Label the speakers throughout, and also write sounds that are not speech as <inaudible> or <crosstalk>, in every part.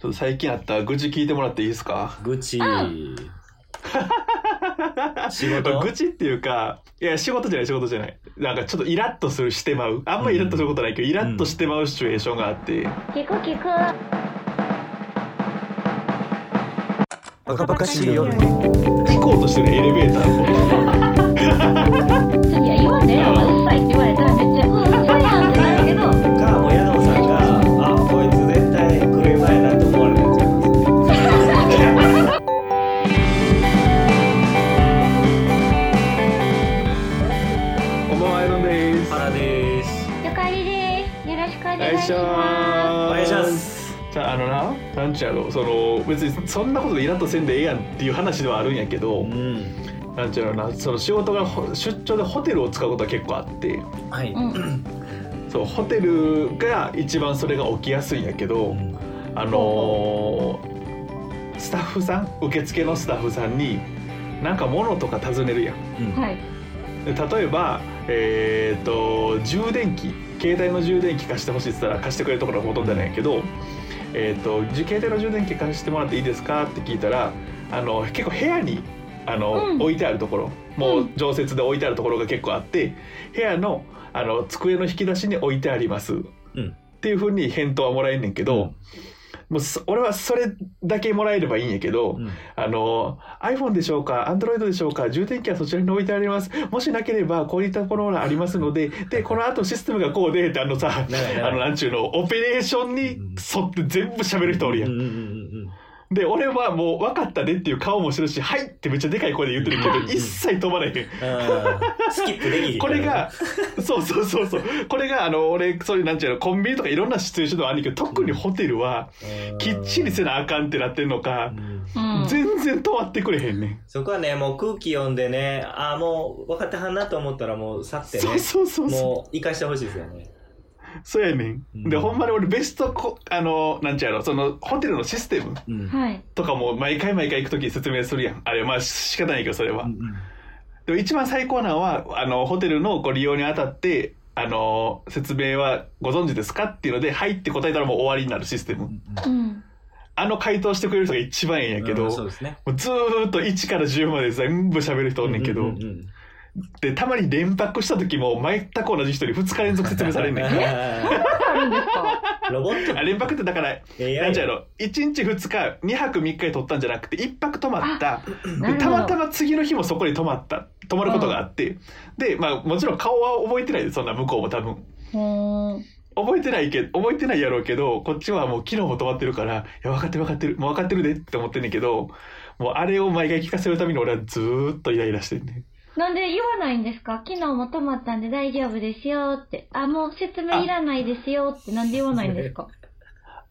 Speaker 1: ちょっと最近あった愚痴聞いてもらっていいですか
Speaker 2: 愚痴。
Speaker 3: ん
Speaker 2: 仕事
Speaker 1: 愚痴っていうか、いや、仕事じゃない、仕事じゃない。なんかちょっとイラッとするしてまう。あんまイラッとすることないけど、イラッとしてまうシチュエーションがあって。
Speaker 3: 聞く聞く
Speaker 1: バカバカしいよね。行こうとしてるエレベーターのこ
Speaker 3: いや言わねえようっさいって言われたらめっちゃうんそうやんってなるけど
Speaker 2: か、もう矢野さんが、あ、こいつ絶対来る前だと思われるんちゃいます。
Speaker 1: こんばんは、エロンです。
Speaker 2: 原です。
Speaker 3: ゆかりですよろしくお
Speaker 1: お
Speaker 3: 願いしま
Speaker 2: お願いしま。す。
Speaker 1: じゃあ、あのな、なんちゅうやろ、その、別にそんなことでイラッとせんでええやんっていう話ではあるんやけど、
Speaker 2: ん。
Speaker 1: なんちゅうやろな、その仕事がほ出張でホテルを使うことは結構あって、
Speaker 2: はい
Speaker 3: す。うん
Speaker 1: そう、ホテルが一番それが起きやすいんやけど、あのースタッフさん受付のスタッフさんになんか物とか尋ねるやん
Speaker 3: はい
Speaker 1: で例えばえっ、と充電器携帯の充電器貸してほしいって言ったら貸してくれるところがほとんどないけど、えっとじ携帯の充電器貸してもらっていいですかって聞いたらあの結構部屋にあの、
Speaker 3: うん
Speaker 1: 置いてあるところも
Speaker 3: う
Speaker 1: う常設で置いてあるところが結構あって部屋のあの机の引き出しに置いてあります、っていうふうに返答はもらえんねんけど、もうそ俺はそれだけもらえればいいんやけど、
Speaker 2: うん
Speaker 1: あの iPhone でしょうか Android でしょうか充電器はそちらに置いてありますもしなければこういったものがありますのででこの後システムがこうでってあのさ
Speaker 2: 長い長い
Speaker 1: あのなんちゅうのオペレーションに沿って全部喋る人おるやん、
Speaker 2: うんうんうん
Speaker 1: で俺はもう分かったねっていう顔もしてるし「はい!」ってめっちゃでかい声で言ってるけ
Speaker 2: う
Speaker 1: ど
Speaker 2: ん
Speaker 1: 一切飛ばないへん
Speaker 2: うん。あースキップできる。
Speaker 1: これが、そうそうそうそうこれがあの俺そういうなんちゅうのコンビニとかいろんなシチュエーションではあるんねんけど特にホテルは、
Speaker 2: うん
Speaker 1: きっちりせなあかんってなってんの
Speaker 2: う
Speaker 1: か、
Speaker 2: ん
Speaker 3: うん
Speaker 1: 全然止まってくれへんねん。
Speaker 2: そこはね、もう空気読んでね、あーもう分かってはんなと思ったらもう去ってね、
Speaker 1: そうそうそうそう。
Speaker 2: もう生かしてほしいですよね。
Speaker 1: そうやねん。で、
Speaker 2: うん
Speaker 1: ほんまに俺ベストこ、あの、なんちゃうやろ、その、ホテルのシステム
Speaker 2: うん
Speaker 3: はい
Speaker 1: とかも毎回毎回行くとき説明するやん。あれ、まあ仕方ないけど、それは。
Speaker 2: う
Speaker 1: でも一番最高なのは、あの、ホテルのご利用にあたって、あの、説明はご存知ですかっていうので、はいって答えたらもう終わりになるシステム。
Speaker 2: ん
Speaker 3: うん
Speaker 1: あの回答してくれる人が一番ええんやけど、
Speaker 2: うん
Speaker 1: も
Speaker 2: そうですね。
Speaker 1: うずーっと1から10まで全部喋る人おんねんけど、
Speaker 2: うううん
Speaker 1: でたまに連泊した時も全く同じ人に2日連続説明されん
Speaker 3: <laughs>
Speaker 1: ねんあ
Speaker 2: あ
Speaker 3: あるんですか
Speaker 2: ー <laughs> ロボット
Speaker 1: 連泊ってだから
Speaker 2: AI
Speaker 1: なんちゃうの1日2日2泊3日で取ったんじゃなくて1泊泊まった
Speaker 3: な
Speaker 1: で
Speaker 3: る
Speaker 1: た
Speaker 3: ほ
Speaker 1: ま
Speaker 3: ど
Speaker 1: たま次の日もそこに泊まった泊まることがあって、でまあもちろん顔は覚えてないでそんな向こうも多分
Speaker 3: ほーん
Speaker 1: 覚えてないけ覚えてないやろうけどこっちはもう昨日も泊まってるから「いや分かってる分かってるもう分かってるで」って思ってんねんけどもうあれを毎回聞かせるために俺はずーっとイライラしてんねん
Speaker 3: なんで言わないんですか昨日も泊まったんで大丈夫ですよってあもう説明いらないですよってなんで言わないんですか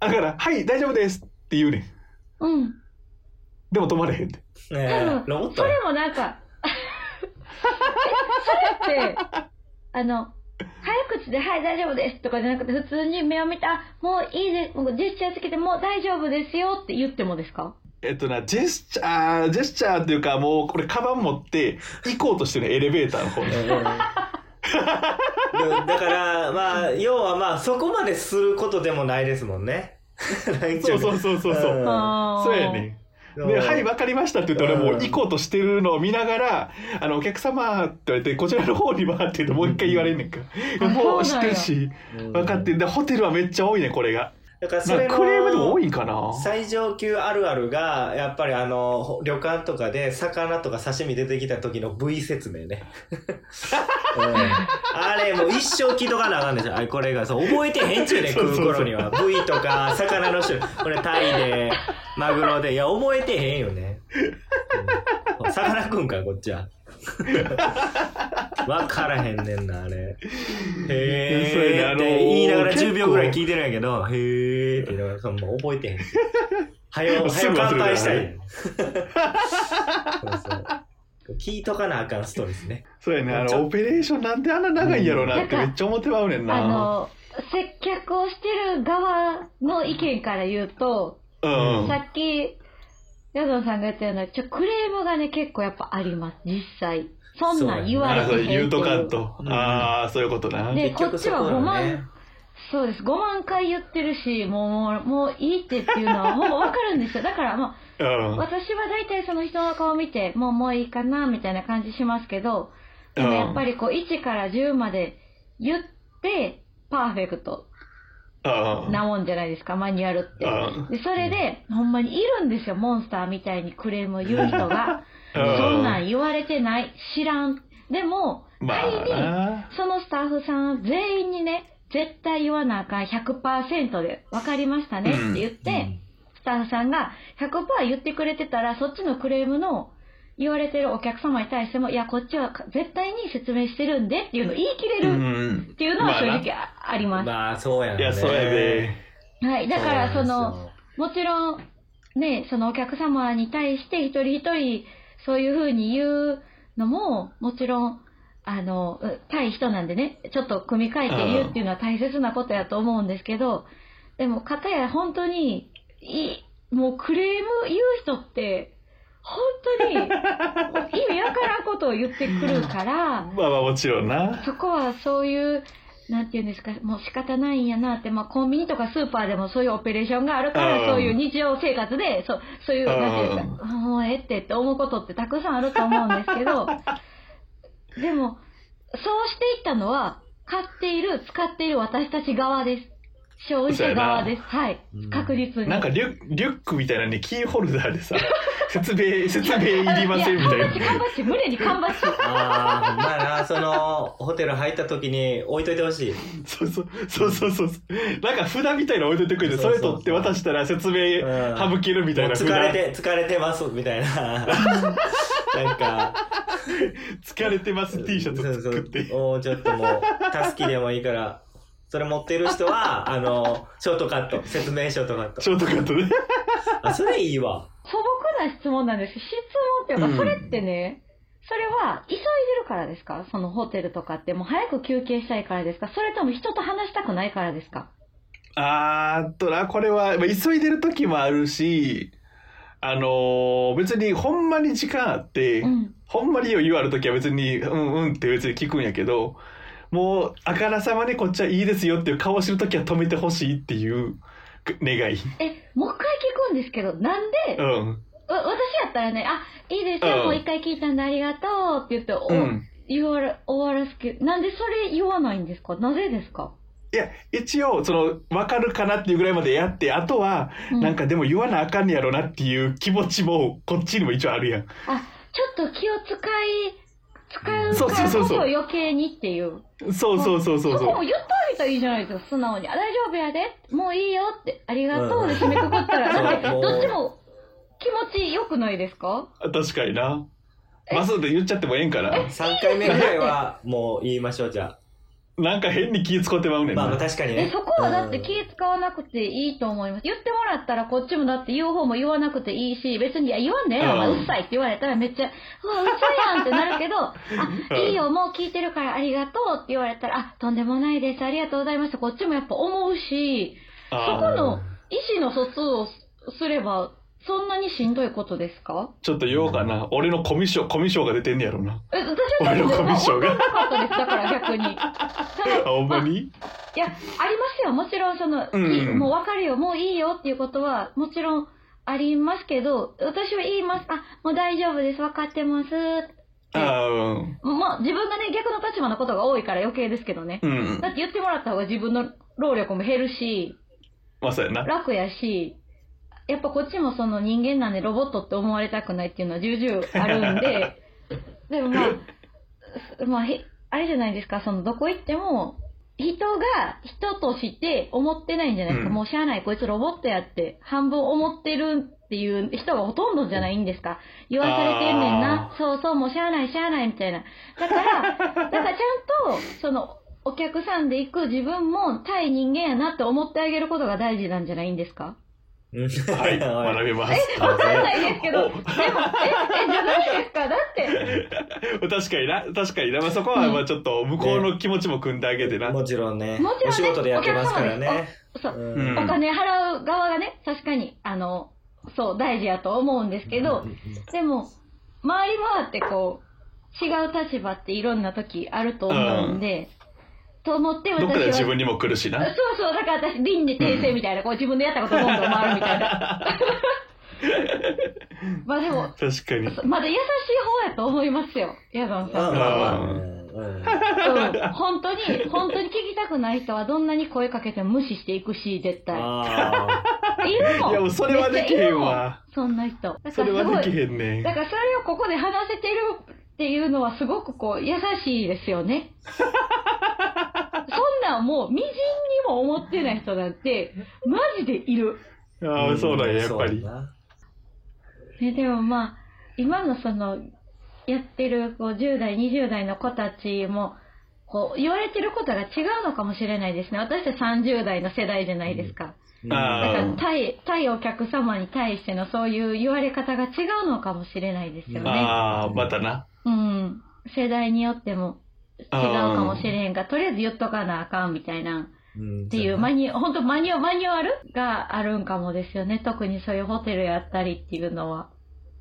Speaker 1: だから「はい大丈夫です」って言うねん
Speaker 3: うん
Speaker 1: でも泊まれへんで
Speaker 2: ねえ
Speaker 3: 多分
Speaker 2: ロボット
Speaker 3: それもなんかそれってあの早口で「はい大丈夫です」とかじゃなくて普通に目を見て「あもういいです」もうジェスチャーつけて「もう大丈夫ですよ」って言ってもですか
Speaker 1: えっとな、ジェスチャー、ジェスチャーっていうか、もうこれ、カバン持って行こうとしてるエレベーターの方に。
Speaker 2: うんうんだからまあ要はまあそこまですることでもないですもんねなんちゅ
Speaker 1: <laughs> そうそうそうそうそう。
Speaker 2: ん
Speaker 3: あー
Speaker 1: そうやね
Speaker 2: でも
Speaker 1: で、はい、わかりましたって言って、俺もう行こうとしてるのを見ながら、あの、お客様って言われて、こちらの方にはって言って、もう一回言われんねんか。
Speaker 3: うん
Speaker 1: もう知ってるし、
Speaker 2: うん
Speaker 1: 分かってる。で、ホテルはめっちゃ多いね、これが。
Speaker 2: だからそ
Speaker 1: なん
Speaker 2: れ
Speaker 1: かク
Speaker 2: の
Speaker 1: レームでも多いんかな。
Speaker 2: 最上級あるあるがやっぱりあのほ旅館とかで魚とか刺身出てきた時の部位説
Speaker 1: <laughs>
Speaker 2: 明ね、うんあれもう一生聞いとかなあかんでしょあれこれがそう覚えてへんちゅうね
Speaker 1: そうそう
Speaker 2: 食う
Speaker 1: そう
Speaker 2: 頃には部位とか魚の種類これタイでマグロでいや覚えてへんよね、うん、魚くんかこっちは <laughs> 分からへんねんなあれ
Speaker 1: そうやねあ
Speaker 2: へえっ
Speaker 1: の
Speaker 2: て言いながら
Speaker 1: 結構
Speaker 2: 10秒ぐらい聞いてないけど、へえって言いながら、そのもう覚えてへん。は <laughs> よ、は
Speaker 1: す
Speaker 2: よ
Speaker 1: ぐ忘れ
Speaker 2: 乾
Speaker 1: る
Speaker 2: 杯したい。 <laughs> そうそう聞いとかなあかんストーリーですね。
Speaker 1: そうやね、あ
Speaker 2: ちょ
Speaker 1: の、オペレーションなんであんな長いんやろうなってめっちゃ思ってまうねん
Speaker 3: あ
Speaker 1: な。
Speaker 3: の接客をしてる側の意見から言うと、
Speaker 1: うん。
Speaker 3: さっき矢野さんが言ったようなちょクレームがね結構やっぱあります実際そんなん言わ
Speaker 1: あ
Speaker 3: れ
Speaker 1: そ
Speaker 3: てへ
Speaker 1: うん言うとか
Speaker 3: っ
Speaker 1: ん
Speaker 3: ていう
Speaker 1: と。
Speaker 2: うん
Speaker 1: ああ、そういうことな。
Speaker 3: ね
Speaker 2: 結局そこなのね
Speaker 3: そうです5万回言ってるしもうもういいってっていうのはほぼわかるんですよだからも
Speaker 1: う
Speaker 3: うん私は大体その人の顔見てもうもういいかなみたいな感じしますけどで
Speaker 1: う
Speaker 3: も
Speaker 1: ん
Speaker 3: やっぱりこう1から10まで言ってパーフェクト
Speaker 1: うん
Speaker 3: なもんじゃないですかマニュアルって
Speaker 1: うん
Speaker 3: でそれでほんまにいるんですよモンスターみたいにクレームを言う人がそんなん言われてない知らんでも
Speaker 1: ま
Speaker 3: 仮に
Speaker 1: あ
Speaker 3: そのスタッフさん全員にね、絶対言わなあかん100%で分かりましたねって言って、スタッフさんが100%言ってくれてたら、そっちのクレームの言われてるお客様に対しても、いや、こっちは絶対に説明してるんでっていうのを言い切れ
Speaker 1: なう
Speaker 3: る
Speaker 1: ん
Speaker 3: っていうのは正
Speaker 1: まあ
Speaker 3: 直ああります。
Speaker 2: まあ、そうやん
Speaker 1: い
Speaker 2: ね。
Speaker 1: やそれで
Speaker 3: はい。だから、そ
Speaker 2: な
Speaker 3: う
Speaker 2: ん
Speaker 3: の、もちろん、ね、そのお客様に対して一人一人そういうふうに言うのも、もちろん、あの、う対人なんでね、ちょっと組み替えて言うっていうのは大切なことやと思うんですけど、でも、かたや本当に、い、もうクレーム言う人って、本当に意味わからんことを言ってくるから、
Speaker 1: まあまあもちろんな
Speaker 3: そこはそういう、なんていうんですか、もう仕方ないんやなって、まあコンビニとかスーパーでもそういうオペレーションがあるか
Speaker 1: うん
Speaker 3: ら、そういう日常生活で、そうそういう、
Speaker 1: うん
Speaker 3: なんていうんですか、あもうええってって思うことってたくさんあると思うんですけど、 <laughs> でも、そうしていったのは、買っている、使っている私たち側です。消費者側です。はい
Speaker 2: うん。
Speaker 3: 確実に。
Speaker 1: なんかリュリュックみたいなねキーホルダーでさ <laughs> 説明説明いりませんみ
Speaker 3: <laughs>
Speaker 1: たい
Speaker 3: や缶バッチ、缶バッチ、胸に缶バッチ。
Speaker 2: ああ、ほんまやな、その、ホテル入った時に置いといてほしい。
Speaker 1: そうそうそうそうそうそうなんか札みたいなの置いといてくれてそれ取って渡したら説明
Speaker 2: うん
Speaker 1: 省けるみたい
Speaker 2: も
Speaker 1: な
Speaker 2: う
Speaker 1: 札
Speaker 2: 疲れて、疲れてます、みた
Speaker 1: <laughs>
Speaker 2: いな。なんか、
Speaker 1: 疲れてます T シャツ
Speaker 2: そう
Speaker 1: 作って
Speaker 2: そうもうちょっともう、たすきでもいいから、それ持ってる人は、あの、ショートカット、説明ショートカット。
Speaker 1: ショートカットね
Speaker 2: あ、それいいわ。
Speaker 3: 素朴な質問なんです質問っていう
Speaker 1: うん
Speaker 3: か、それってね、それは急いでるからですかそのホテルとかって、もう早く休憩したいからですかそれとも人と話したくないからですか
Speaker 1: あーっとな、これは、まあ、急いでる時もあるし、あのー別にほんまに時間あって、
Speaker 3: うん。
Speaker 1: ほんまに余裕ある時は別に、うんうんって別に聞くんやけど、もう、あからさまにこっちはいいですよっていう顔してる時は止めてほしいっていう願い。
Speaker 3: え、もう一回聞くんですけど、なんで、
Speaker 1: う
Speaker 3: わ
Speaker 1: ん。
Speaker 3: 私やったらね、あ、いいです
Speaker 1: うん
Speaker 3: よ、もう一回聞いたんでありがとうって言って、お
Speaker 1: うん。
Speaker 3: 言われ終わらすけど、なんでそれ言わないんですかなぜですか、
Speaker 1: いや、一応、その、わかるかなっていうぐらいまでやって、あとは、
Speaker 3: う
Speaker 1: なんかでも言わなあかんねやろなっていう気持ちも、こっちにも一応あるやん。
Speaker 3: あ、ちょっと気を使い、使う
Speaker 1: そう
Speaker 3: か
Speaker 1: そう
Speaker 3: ら
Speaker 1: そう
Speaker 3: こ
Speaker 1: そ
Speaker 3: そう余計にっていう。
Speaker 1: そうそうそうそう
Speaker 3: そこ
Speaker 1: そ
Speaker 3: も
Speaker 1: う。
Speaker 3: 言っといたらいいじゃないですか、素直に。あ、大丈夫やで。もういいよって、ありがとうで締めくくったら、
Speaker 2: うん
Speaker 3: だって
Speaker 2: そう
Speaker 3: どっちも気持ち良くないですか
Speaker 1: 確かにな。まあ、そうで言っちゃってもええんかな。
Speaker 2: 3回目ぐらいは、もう言いましょう、じゃ
Speaker 1: なんか変に気使ってまう
Speaker 2: あ。
Speaker 1: ねんな。
Speaker 2: まあまあ、確かに
Speaker 3: え
Speaker 2: ね。
Speaker 3: そこはだって気使わなくていいと思います。言ってもらったらこっちもだって言う方も言わなくていいし、別に、いや、言わんでええよ、
Speaker 1: うん
Speaker 3: お前うっさいって言われたらめっちゃ、うわ、うっさいやんってなるけど、あ、いいよ、もう聞いてるからありがとうって言われたら、あ、とんでもないです、ありがとうございました。こっちもやっぱ思うし、そこ
Speaker 1: あー
Speaker 3: の意思の疎通をすれば、そんなにしんどいことですか
Speaker 1: ちょっと言おうかな。俺のコミュ障、コミュ障が出てんねやろな。
Speaker 3: え、私は
Speaker 1: 俺のコミュ障が。
Speaker 3: なかったです。だから逆に。
Speaker 1: <laughs> あ、ほんまに
Speaker 3: いや、ありますよ。もちろん、その、
Speaker 1: うん
Speaker 3: いいもう分かるよ。もういいよっていうことは、もちろんありますけど、私は言います。あ、もう大丈夫です。分かってます。
Speaker 1: ああ、うん。
Speaker 3: まあ、自分がね、逆の立場のことが多いから余計ですけどね。
Speaker 1: うん
Speaker 3: だ。って言ってもらった方が自分の労力も減るし、
Speaker 1: まあ、そうやな。
Speaker 3: 楽やし、やっぱこっちもその人間なんでロボットって思われたくないっていうのは重々あるん
Speaker 1: <laughs>
Speaker 3: で、でもまあ、まあ、へあれじゃないですか、そのどこ行っても、人が人として思ってないんじゃないですか、
Speaker 1: うん
Speaker 3: もうしゃあない、こいつロボットやって、半分思ってるっていう人がほとんどじゃないんですか。言わされてんねんな、そうそう、もうしゃあない、しゃあないみたいな。だ
Speaker 1: <laughs>
Speaker 3: から、だからちゃんと、その、お客さんで行く自分も対人間やなって思ってあげることが大事なんじゃないんですか
Speaker 1: は、
Speaker 2: はい
Speaker 1: 学びます。
Speaker 3: わからないですけど、
Speaker 1: お
Speaker 3: でも、え、え、じゃないですかだって、
Speaker 1: 確かにな、確かにな。まあ、そこは、まあ、ちょっと、向こうの気持ちも組んであげてな。
Speaker 2: もちろんね。
Speaker 3: もちろんね
Speaker 2: お仕事でやってますからね。
Speaker 3: そう、
Speaker 2: う
Speaker 1: うん
Speaker 2: ん
Speaker 3: お金払う側がね、確かに、あの、そう、大事やと思うんですけど、でも、回り回ってこう、違う立場っていろんな時あると思うんで、と思って私
Speaker 1: どっ
Speaker 3: は
Speaker 1: かで自分にも来るし
Speaker 3: そう
Speaker 1: な。
Speaker 3: そうだから私瓶で訂正みたいな、こう自分のやったことどんどん回るみた
Speaker 1: <laughs>
Speaker 3: いなまあでも
Speaker 1: 確かに。
Speaker 3: まだ優しい方やと思いますよヤガンさん、うん、本当に本当に聞きたくない人はどんなに声かけても無視していくし絶対
Speaker 2: あ
Speaker 3: いるもん
Speaker 1: いやもうそれはできへんわ
Speaker 3: めっちゃいるもんそんな人だからす
Speaker 1: それ
Speaker 3: ご
Speaker 1: はでき
Speaker 3: い
Speaker 1: へんねん
Speaker 3: だ。からそれをここで話せてるっていうのはすごくこう優しいです
Speaker 1: <laughs>
Speaker 3: よねそんなんもうみじんにも思ってない人なんてマジでいる
Speaker 1: ああ、そうなんや、やっぱり。
Speaker 3: ね、でもまあ、今のその、やってるこう10代、20代の子たちも、こう、言われてることが違うのかもしれないですね。私たち30代の世代じゃないですか。だ
Speaker 1: あ
Speaker 3: か
Speaker 1: ー
Speaker 3: ら対、対お客様に対してのそういう言われ方が違うのかもしれないですよね。
Speaker 1: ああ、またな。
Speaker 3: うん。世代によっても違う
Speaker 1: あー
Speaker 3: かもしれんが、とりあえず言っとかなあかんみたいな。
Speaker 2: っ
Speaker 3: っていうマニュ、本当マニュ、マニュアルがあるんかもですよね。特にそういうホテルやったりっていうのは。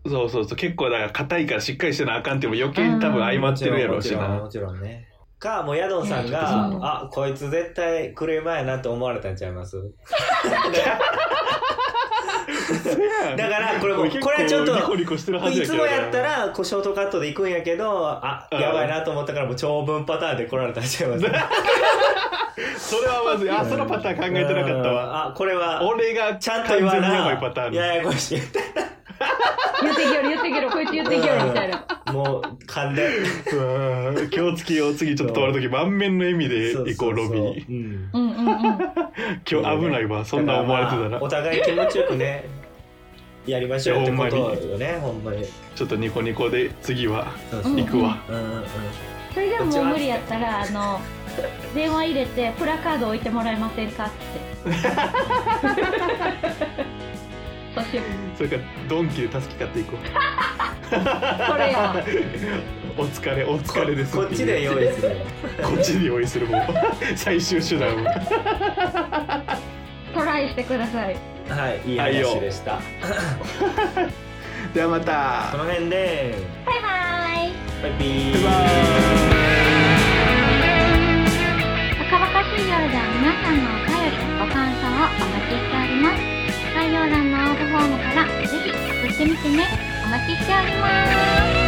Speaker 1: そうそうそう。結構だから硬いからしっかりしてなあかんっていうのも余計に多分相まってるやろうしな
Speaker 2: も。ちろんね。か、もうヤドンさんが、あ、こいつ絶対クレーマーやなって思われたんちゃいます
Speaker 1: <laughs>
Speaker 2: だから、これも、これはちょっ
Speaker 1: ニコ
Speaker 2: と、
Speaker 1: ニコしてるはず
Speaker 2: い
Speaker 1: や
Speaker 2: つ
Speaker 1: けど
Speaker 2: も
Speaker 1: な
Speaker 2: やったら、こうショートカットで行くんやけど、あ、やばいなと思ったから、もう長文パターンで来られたんちゃいます
Speaker 1: それはまずい。あ、そのパターン考えてなかったわ。
Speaker 2: あ、これは、
Speaker 1: 俺が
Speaker 2: ちゃんと言わ
Speaker 1: 完全に
Speaker 2: な。
Speaker 1: やばいパターン。
Speaker 2: ややこしい。
Speaker 1: <laughs>
Speaker 3: 言ってきよる言ってきよるこいつ言ってきよるみたいな。
Speaker 2: もう、噛んで。
Speaker 1: うん気をつけよう次ちょっと泊まる時満面の笑みで行こうロビー
Speaker 2: ー。
Speaker 3: うんうん <laughs> うん。
Speaker 1: 今日危ないわそんな思われてた
Speaker 2: だからま
Speaker 1: ら
Speaker 2: あお互い気持ちよくね、やりましょうってことよね、ほんまに。
Speaker 1: ちょっとニコニコで次は
Speaker 2: そう
Speaker 3: うん
Speaker 2: そう
Speaker 1: 行
Speaker 3: ん
Speaker 1: くわ
Speaker 2: うんうんうん。
Speaker 3: それでももう無理やったら、あの、電話入れて、プラカード置いてもらえませんかって。 <laughs> そうしよう
Speaker 1: それからドンキで助け買っていこ
Speaker 3: これや。
Speaker 1: うお疲れお疲れです
Speaker 2: ここっちで用意する。
Speaker 1: こっちで用意するもう最終手段を
Speaker 3: トライしてください。
Speaker 2: はい、いい話でした。
Speaker 1: ではまた
Speaker 2: この辺で、
Speaker 3: バイバーイ。
Speaker 2: バイビー。
Speaker 1: バイバイ
Speaker 3: バカバカしい夜では皆さんのお便りやご感想をお待ちしております概要欄の応募フォームからぜひ送ってみてねお待ちしております